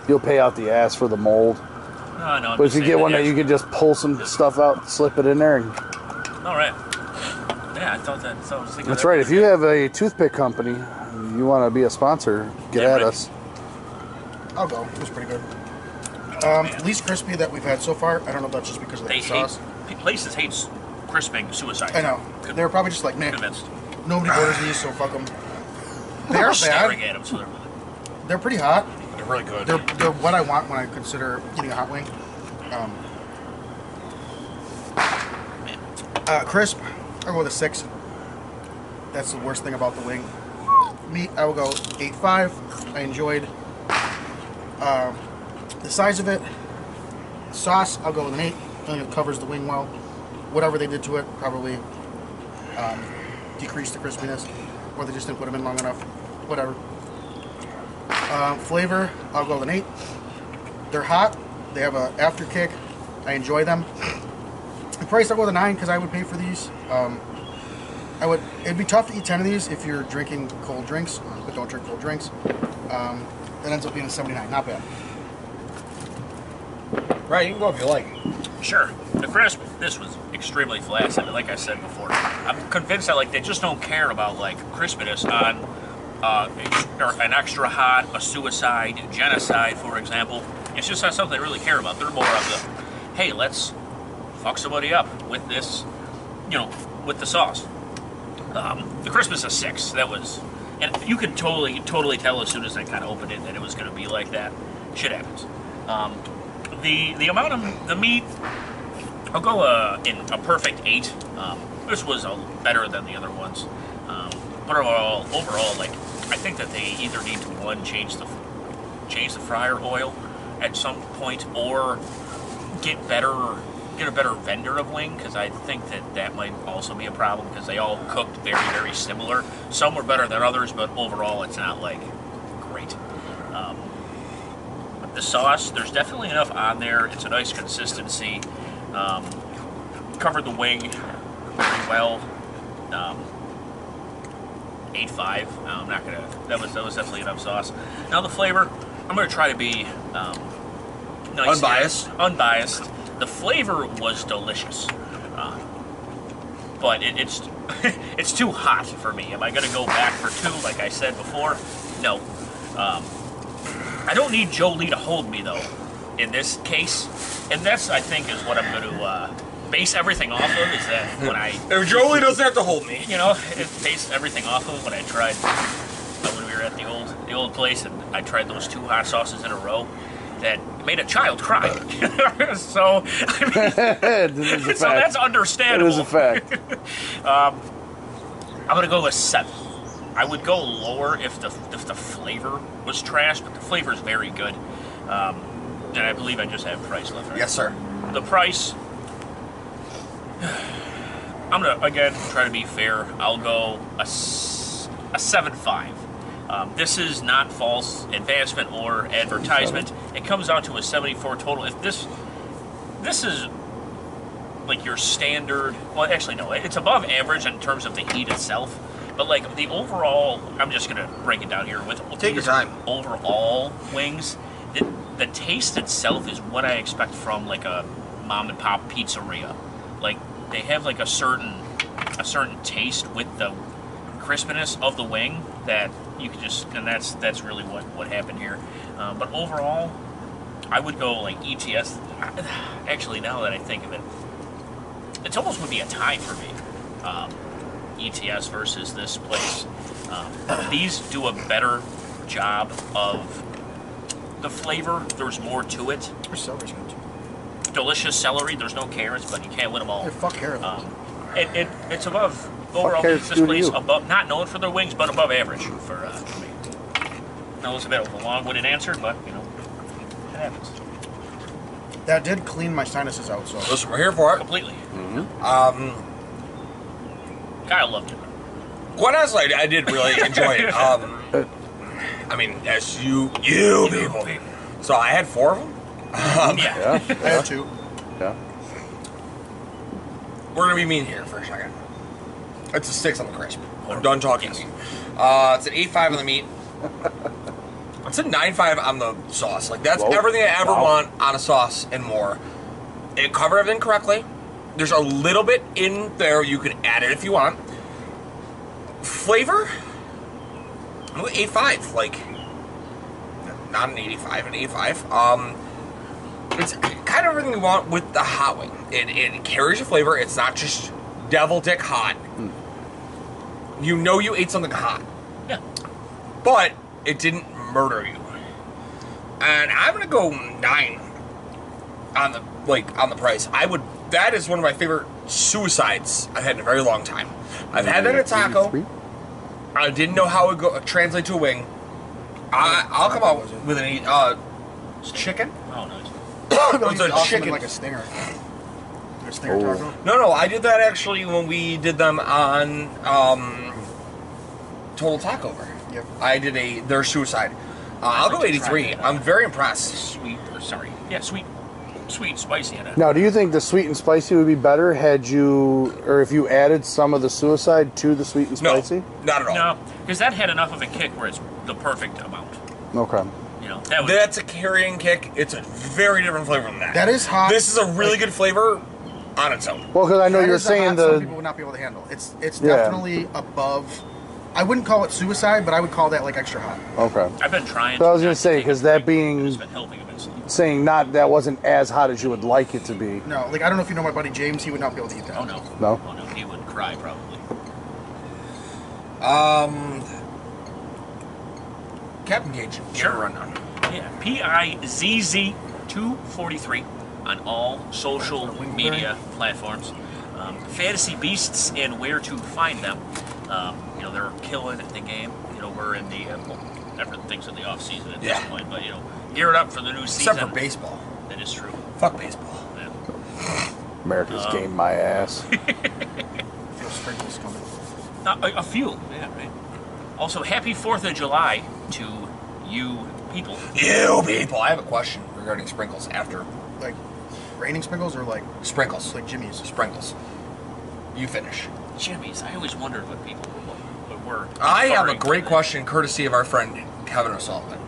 E: you'll pay out the ass for the mold
G: Oh, No, no. I'm
E: but if
G: just
E: you
G: saying
E: get one
G: the
E: that you can just pull some stuff out slip it in there and
G: actual- All right. Yeah, I thought that. So I was thinking.
E: that's
G: that
E: right
G: was
E: if you
G: good.
E: have a toothpick company you want to be a sponsor get
G: Yeah,
E: at
G: right.
E: us
D: I'll go. It was pretty good. Um, least crispy that we've had so far. I don't know if that's just because of
G: They
D: the
G: hate
D: sauce.
G: p- places hates crisping suicide.
D: I know.
G: Could-
D: They were probably just like, man,
G: convinced.
D: nobody orders these, so fuck them. They are
G: staring
D: bad.
G: at them, so they're really-
D: They're pretty hot.
B: They're really good.
D: They're, they're what I want when I consider getting a hot wing. Um, uh, crisp, I'll go with a six. That's the worst thing about the wing. Meat, I will go eight five. I enjoyed uh, the size of it. Sauce, I'll go with an eight. I think it covers the wing well. Whatever they did to it probably um, decreased the crispiness, or they just didn't put them in long enough. Whatever. Um, flavor, I'll go with an eight. They're hot. They have a after kick. I enjoy them. The price I'll go with a nine because I would pay for these. Um, I would. It'd be tough to eat ten of these if you're drinking cold drinks, uh, but don't drink cold drinks. Um, that ends up being a seventy-nine. Not bad.
B: right, you can go if you like.
G: Sure.
F: The crisp, this was extremely flaccid. Like I said before, I'm convinced that like they just don't care about like crispiness on uh, ex- or an extra hot, a suicide, genocide, for example. It's just not something they really care about. They're more of the, hey, let's fuck somebody up with this, you know, with the sauce. Um, the crisp is a six. That was, and you could totally, totally tell as soon as I kind of opened it that it was going to be like that. Shit happens. Um, the the amount of the meat I'll go uh, in a perfect eight. Um, this was a, better than the other ones, um, but overall, overall, like I think that they either need to one change the change the fryer oil at some point, or get better get a better vendor of wing because I think that that might also be a problem because they all cooked very very similar. Some were better than others, but overall, it's not like great. Um, the sauce, there's definitely enough on there. It's a nice consistency. Um, covered the wing pretty well. Um, eight five. I'm not gonna. That was that was definitely enough sauce. Now the flavor. I'm gonna try to be um, nice here.
B: Unbiased.
F: Unbiased. The flavor was delicious, uh, but it, it's it's too hot for me. Am I gonna go back for two? Like I said before, no. Um, I don't need Jolie to hold me though, in this case, and that's I think is what I'm going to uh, base everything off of. Is that
E: Hmm.
F: when I,
B: If Jolie doesn't have to hold me.
F: you know, it based everything off of when I tried uh, when we were at the old the old place and I tried those two hot sauces in a row that made a child cry. so I mean,
E: this is a
F: so that's
E: Uh, fact it
F: understandable.
E: is a fact
F: I'm gonna go with seven. I would go lower if the if the flavor was trash, but the flavor is very good. Um, and I believe I just have price left. Right?
B: Yes, sir.
F: the price i'm gonna again try to be fair i'll go a, s- a 7-5 um, this is not false advancement or advertisement it comes out to a 74 total if this this is like your standard well actually no it's above average in terms of the heat itself but like the overall i'm just gonna break it down here with
B: Take your
F: these
B: time.
F: overall wings the, the taste itself is what i expect from like a mom and pop pizzeria like they have like a certain a certain taste with the crispiness of the wing that you can just and that's that's really what what happened here uh, but overall i would go like ets actually now that i think of it it's almost would be a tie for me. Um, ETS versus this place. Um, these do a better job of the flavor. There's more to it.
D: Their celery's good. too.
F: Delicious celery. There's no carrots, but you can't win them all.
D: Hey, fuck Harris.
F: Um, it, it it's above overall.
E: carrots
F: This
E: do to
F: place
E: you?
F: above, not known for their wings, but above average for uh, for me. Now it's a bit of a long-winded answer, but you know, it happens.
D: That did clean my sinuses out, so.
B: Listen, we're here for it.
F: completely. Mm-hmm. Um, Kyle loved it.
B: Quite honestly, I I did really enjoy it. Um, I mean, as you, you people. So I had four of them.
F: yeah.
E: Um, Yeah,
D: I had two.
E: yeah.
B: We're gonna be mean here for a second. It's a six on the crisp. I'm done talking. Uh, it's an eight five on the meat. It's a nine five on the sauce. Like that's
E: Whoa.
B: everything I ever
E: Wow.
B: want on a sauce and more. It covered everything correctly. There's a little bit in there you can add it if you want. Flavor, eight five. Like not an eighty five, an eight five. Um, it's kind of everything we want with the hot wing. It, it carries a flavor. It's not just devil dick hot. You know you ate something hot.
F: Yeah.
B: But it didn't murder you. And I'm gonna go nine on the like on the price. I would. That is one of my favorite suicides I've had in a very long time. I've had that in a taco. I didn't know how it would go uh, translate to a wing. I, I'll come out with an eight. Uh, chicken.
F: Oh,
B: it
F: nice.
B: was
D: He's
B: a
D: awesome
B: chicken.
D: with, like a stinger. A stinger taco.
B: No, no, I did that actually when we did them on um, Total Takeover.
D: Yep.
B: I did a their suicide. Uh, I'll go
F: like to
B: 83.
F: try that.
B: I'm very impressed.
F: Sweet, or sorry, yeah, sweet, sweet, and spicy in it.
E: Now, do you think the sweet and spicy would be better had you, or if you added some of the suicide to the sweet and
B: No,
E: spicy?
B: not at all.
F: No, because that had enough of a kick where it's the perfect amount.
E: Okay.
F: You know, that was
B: That's a carrying kick. It's a very different flavor than that.
D: That is hot.
B: This is a really good flavor on its own.
E: Well, because I know
D: That
E: you're
D: is a hot
E: saying
D: Some people
E: the
D: would not be able to handle. It's it's
E: Yeah.
D: definitely above. I wouldn't call it suicide, but I would call that like extra hot.
E: okay.
F: I've been trying.
E: So I was gonna
F: not
E: say,
F: take
E: 'cause
F: it,
E: that
F: but
E: being-
F: it's been helping immensely.
E: Saying not that wasn't as hot as you would like it to be.
D: No, like I don't know if you know my buddy James. He would not be able to eat that.
F: Oh no,
E: No?
F: oh no, he would cry probably.
B: Captain Gage,
F: Sure.
B: give it a rundown.
F: Yeah, P I Z Z two forty three on all social media platforms. Um, fantasy beasts and where to find them. Um, you know they're killing the game. You know we're in the uh, well, everything's in the off season at
B: Yeah.
F: this point, but you know gear it up for the new season.
B: Except for baseball.
F: That is true. Uh,
B: Fuck baseball.
F: Yeah. Um,
E: America's game my ass.
D: Feel sprinkles coming.
F: Uh, a, a few. Yeah, right. Also, happy Fourth of July to you people.
B: You people. I have a question regarding sprinkles after
D: Like raining sprinkles or like
B: sprinkles.
D: like Jimmy's.
B: Sprinkles. You finish.
F: Jimmy's. I always wondered what people what, what were.
B: I have a
F: referring to
B: great
F: that.
B: question courtesy of our friend Kevin O'Sullivan.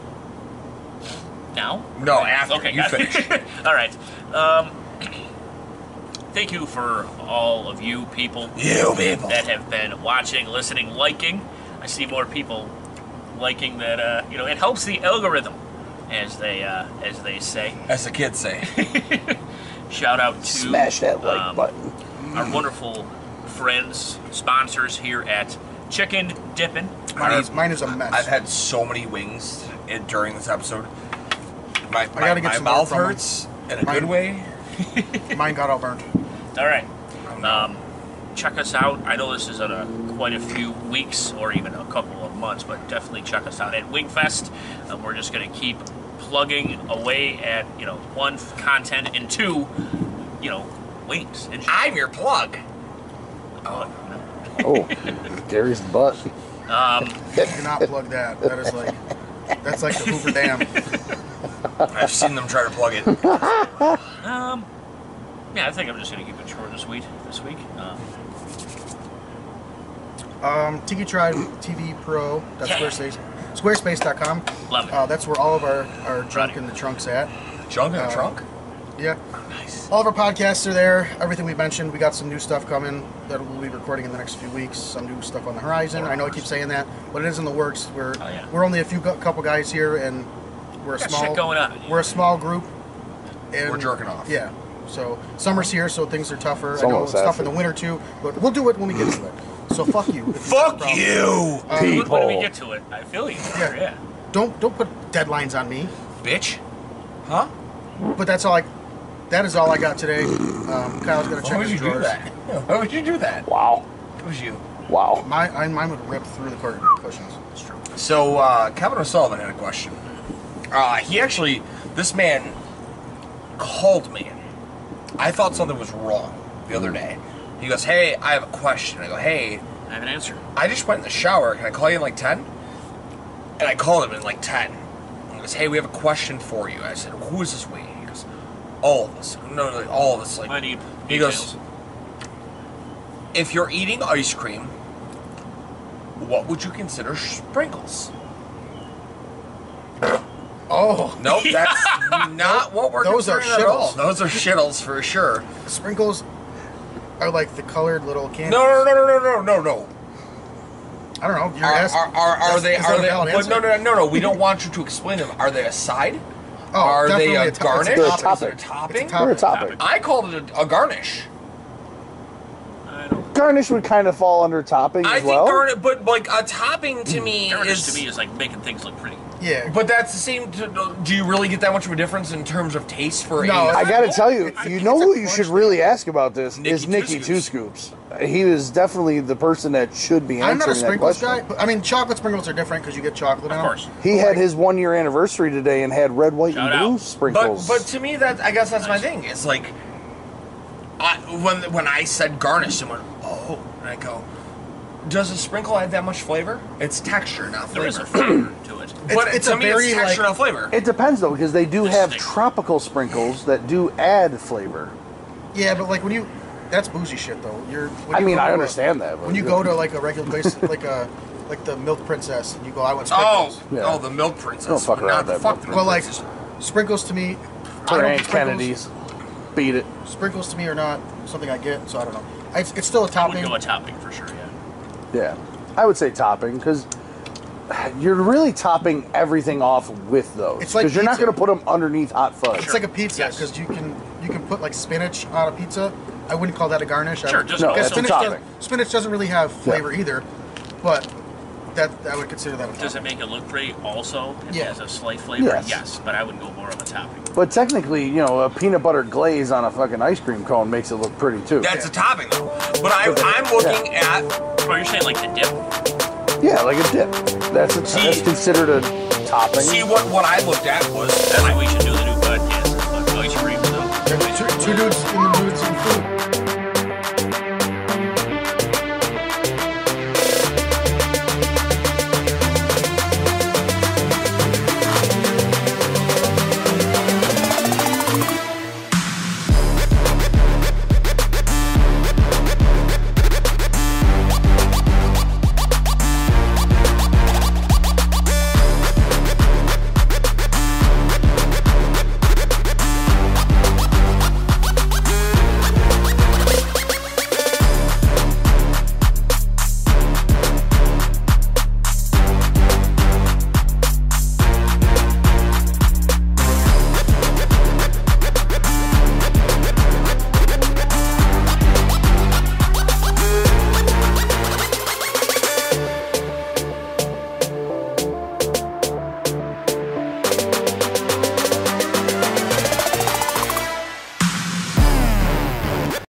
F: Now?
B: No, after.
F: Okay,
B: You
F: got it.
B: finish.
F: all right. Um, thank you for all of you people
B: You people.
F: that have been watching, listening, liking. I see more people liking that. Uh, you know, it helps the algorithm, as they uh, as they say.
B: As the kids say.
F: Shout out to
E: Smash that like
F: um,
E: button.
F: our wonderful friends, sponsors here at Chicken Dippin'.
D: Mine is, mine is a mess.
B: I've had so many wings in- during this episode. My, my,
D: gotta get
B: my
D: some more
B: mouth
D: from 'em.
B: hurts in a
D: Mine-
B: good way.
D: mine got all burned.
F: All right. Um, check us out. I know this is in a, quite a few weeks or even a couple of months, but definitely check us out at Wingfest. Um, we're just going to keep plugging away at, you know, one, content, and two, you know, wings. And
B: I'm your plug.
E: Oh, Gary's butt.
D: Do not plug that. That is like that's like the Hoover Dam.
B: I've seen them try to plug it.
F: um, yeah, I think I'm just going to keep it short and sweet this week. Um,
D: Um, Tiki Tribe TV Pro. That's
F: Yeah.
D: Squarespace. Squarespace.com.
F: Love it.
D: Uh, that's where all of our our
F: Right.
D: junk in the trunks at.
B: Junk in a
D: Uh,
B: trunk?
D: Yeah.
B: Nice.
D: All of our podcasts are there. Everything we mentioned, we got some new stuff coming that we'll be recording in the next few weeks. Some new stuff on the horizon. I know I keep saying that, but it is in the works. We're
F: Oh, yeah.
D: we're only a few gu- couple guys here, and we're a
F: Got
D: small
F: shit going on.
D: We're a small group. And
B: We're jerking off.
D: Yeah. So summer's here, so things are tougher.
E: It's
D: I know
E: almost
D: it's tough in
E: after.
D: the winter too, but we'll do it when we get to it. So fuck you. if you have a
B: Fuck
D: problem.
B: you,
F: When- When we
E: People.
F: get to it, I feel you.
D: Yeah.
F: Yeah.
D: Don't don't put deadlines on me.
B: bitch. Huh?
D: But that's all I. That is all I got today. Um, Kyle's gonna check
B: Why would
D: his
B: you do
D: drawers.
B: that? Why would you do that?
E: Wow.
B: It was you.
E: Wow.
D: My I, mine would rip through the cur- cushions.
F: It's true.
B: So uh, Kevin O'Sullivan had a question. Uh, he actually, this man called me. I thought something was wrong the other day. He goes, "Hey, I have a question." I go, "Hey,
F: I have an answer.
B: I just went in the shower. Can I call you in like 10? And I called him in like 10. He goes, hey, we have a question for you. I said, who is this we? He goes, all of us. No, no, like, all of us. Like,
F: I need
B: he
F: details.
B: goes, if you're eating ice cream, what would you consider sprinkles?
D: Oh,
B: Nope, that's not what we're
D: Those are
B: considering at all.
D: shittles.
B: Those are shittles for sure.
D: sprinkles are like the colored little candy.
B: No, no, no, no, no, no, no, no.
D: I don't know. You're
B: Are,
D: asking.
B: are, are, are
D: That's-
B: they?
D: is that
B: Are
D: a
B: they?
D: valid
B: But
D: answer?
B: no, no, no, no, no. We don't want you to explain them. Are they a side?
D: Oh,
B: are they
D: definitely
B: a,
D: to-
B: garnish?
D: It's
E: They're a
B: Is
E: topic.
B: it a topping?
D: It's a
E: We're a topic.
D: topic.
B: I called it a, a garnish.
F: I don't.
E: Garnish would kind of fall under topping
B: I
E: as
B: think
E: well.
B: garnish, but like a topping
D: Mm.
B: to me
F: Garnish
B: is.
F: to me is like making things look pretty.
D: Yeah.
B: but that's the same. To, do you really get that much of a difference in terms of taste for a?
D: No,
E: I gotta tell you,
D: It's-
E: you
D: it's
E: know
D: a
E: who you
D: crunch
E: should
D: thing.
E: really ask about this
C: Nikki
E: is
C: Two
E: Nikki Two Scoops. He was definitely the person that should be answering
D: I'm not a
E: that
D: sprinkles
E: question.
D: guy. But, I mean, chocolate sprinkles are different because you get chocolate.
F: Of
D: in 'em.
F: course.
E: He had his one year anniversary today and had red, white,
F: Shout
E: and blue
F: out.
B: but
E: sprinkles.
B: but to me that I guess that's my thing. It's like, I, when when I said garnish, someone oh, and I go, does a sprinkle add that much flavor? It's texture, not
F: There is
B: flavor.
F: a flavor to it.
B: but
D: It's- it's
B: to
D: a
B: me,
D: very,
B: it's texture,
D: like-
B: not flavor.
E: it depends though, because they do
F: This
E: have
F: thing.
E: tropical sprinkles that do add flavor.
D: Yeah, but like when you, that's boozy shit though. You're. when
E: I
D: you
E: mean,
D: go
E: I
D: to a-
E: understand that, but-
D: When you go to like a regular place, like a, like the Milk Princess, and you go, I want sprinkles.
B: oh,
E: Yeah.
B: oh, the milk princess.
E: Don't fuck around
B: Not
E: with that
B: fuck
E: milk
B: the
D: But like,
B: princess.
D: sprinkles to me. I
E: For
D: don't-
E: Aunt
D: sprinkles-
E: Kennedy's, beat it.
D: Sprinkles to me are not something I get, so I don't know. I, it's still a
F: I
D: topping.
F: would go a topping for sure. Yeah.
E: Yeah, I would say topping because you're really topping everything off with those.
D: It's like
E: because you're not
D: pizza.
E: going to put them underneath hot fudge.
D: It's like a pizza
F: Yes.
D: because you can you can put like spinach on a pizza. I wouldn't call that a garnish. I
F: Sure,
D: would-
F: just-
E: no,
D: 'cause
E: that's a
D: spinach, does,
E: topping.
D: spinach doesn't really have flavor either, but that I would consider that. A
F: Does
D: topping.
F: it make it look pretty? Also, it
D: Yeah.
F: has a slight flavor.
E: Yes.
F: Yes. but I would go more on the topping.
E: But technically, you know, a peanut butter glaze on a fucking ice cream cone makes it look pretty too.
B: That's a topping, though. But I, I'm looking at
F: Oh, you're saying like the dip?
E: yeah, like a dip. That's a,
B: See-
E: that's considered a topping.
B: see what what I looked at was
F: That's what we should do the new podcast. Like ice cream. though.
D: There's two-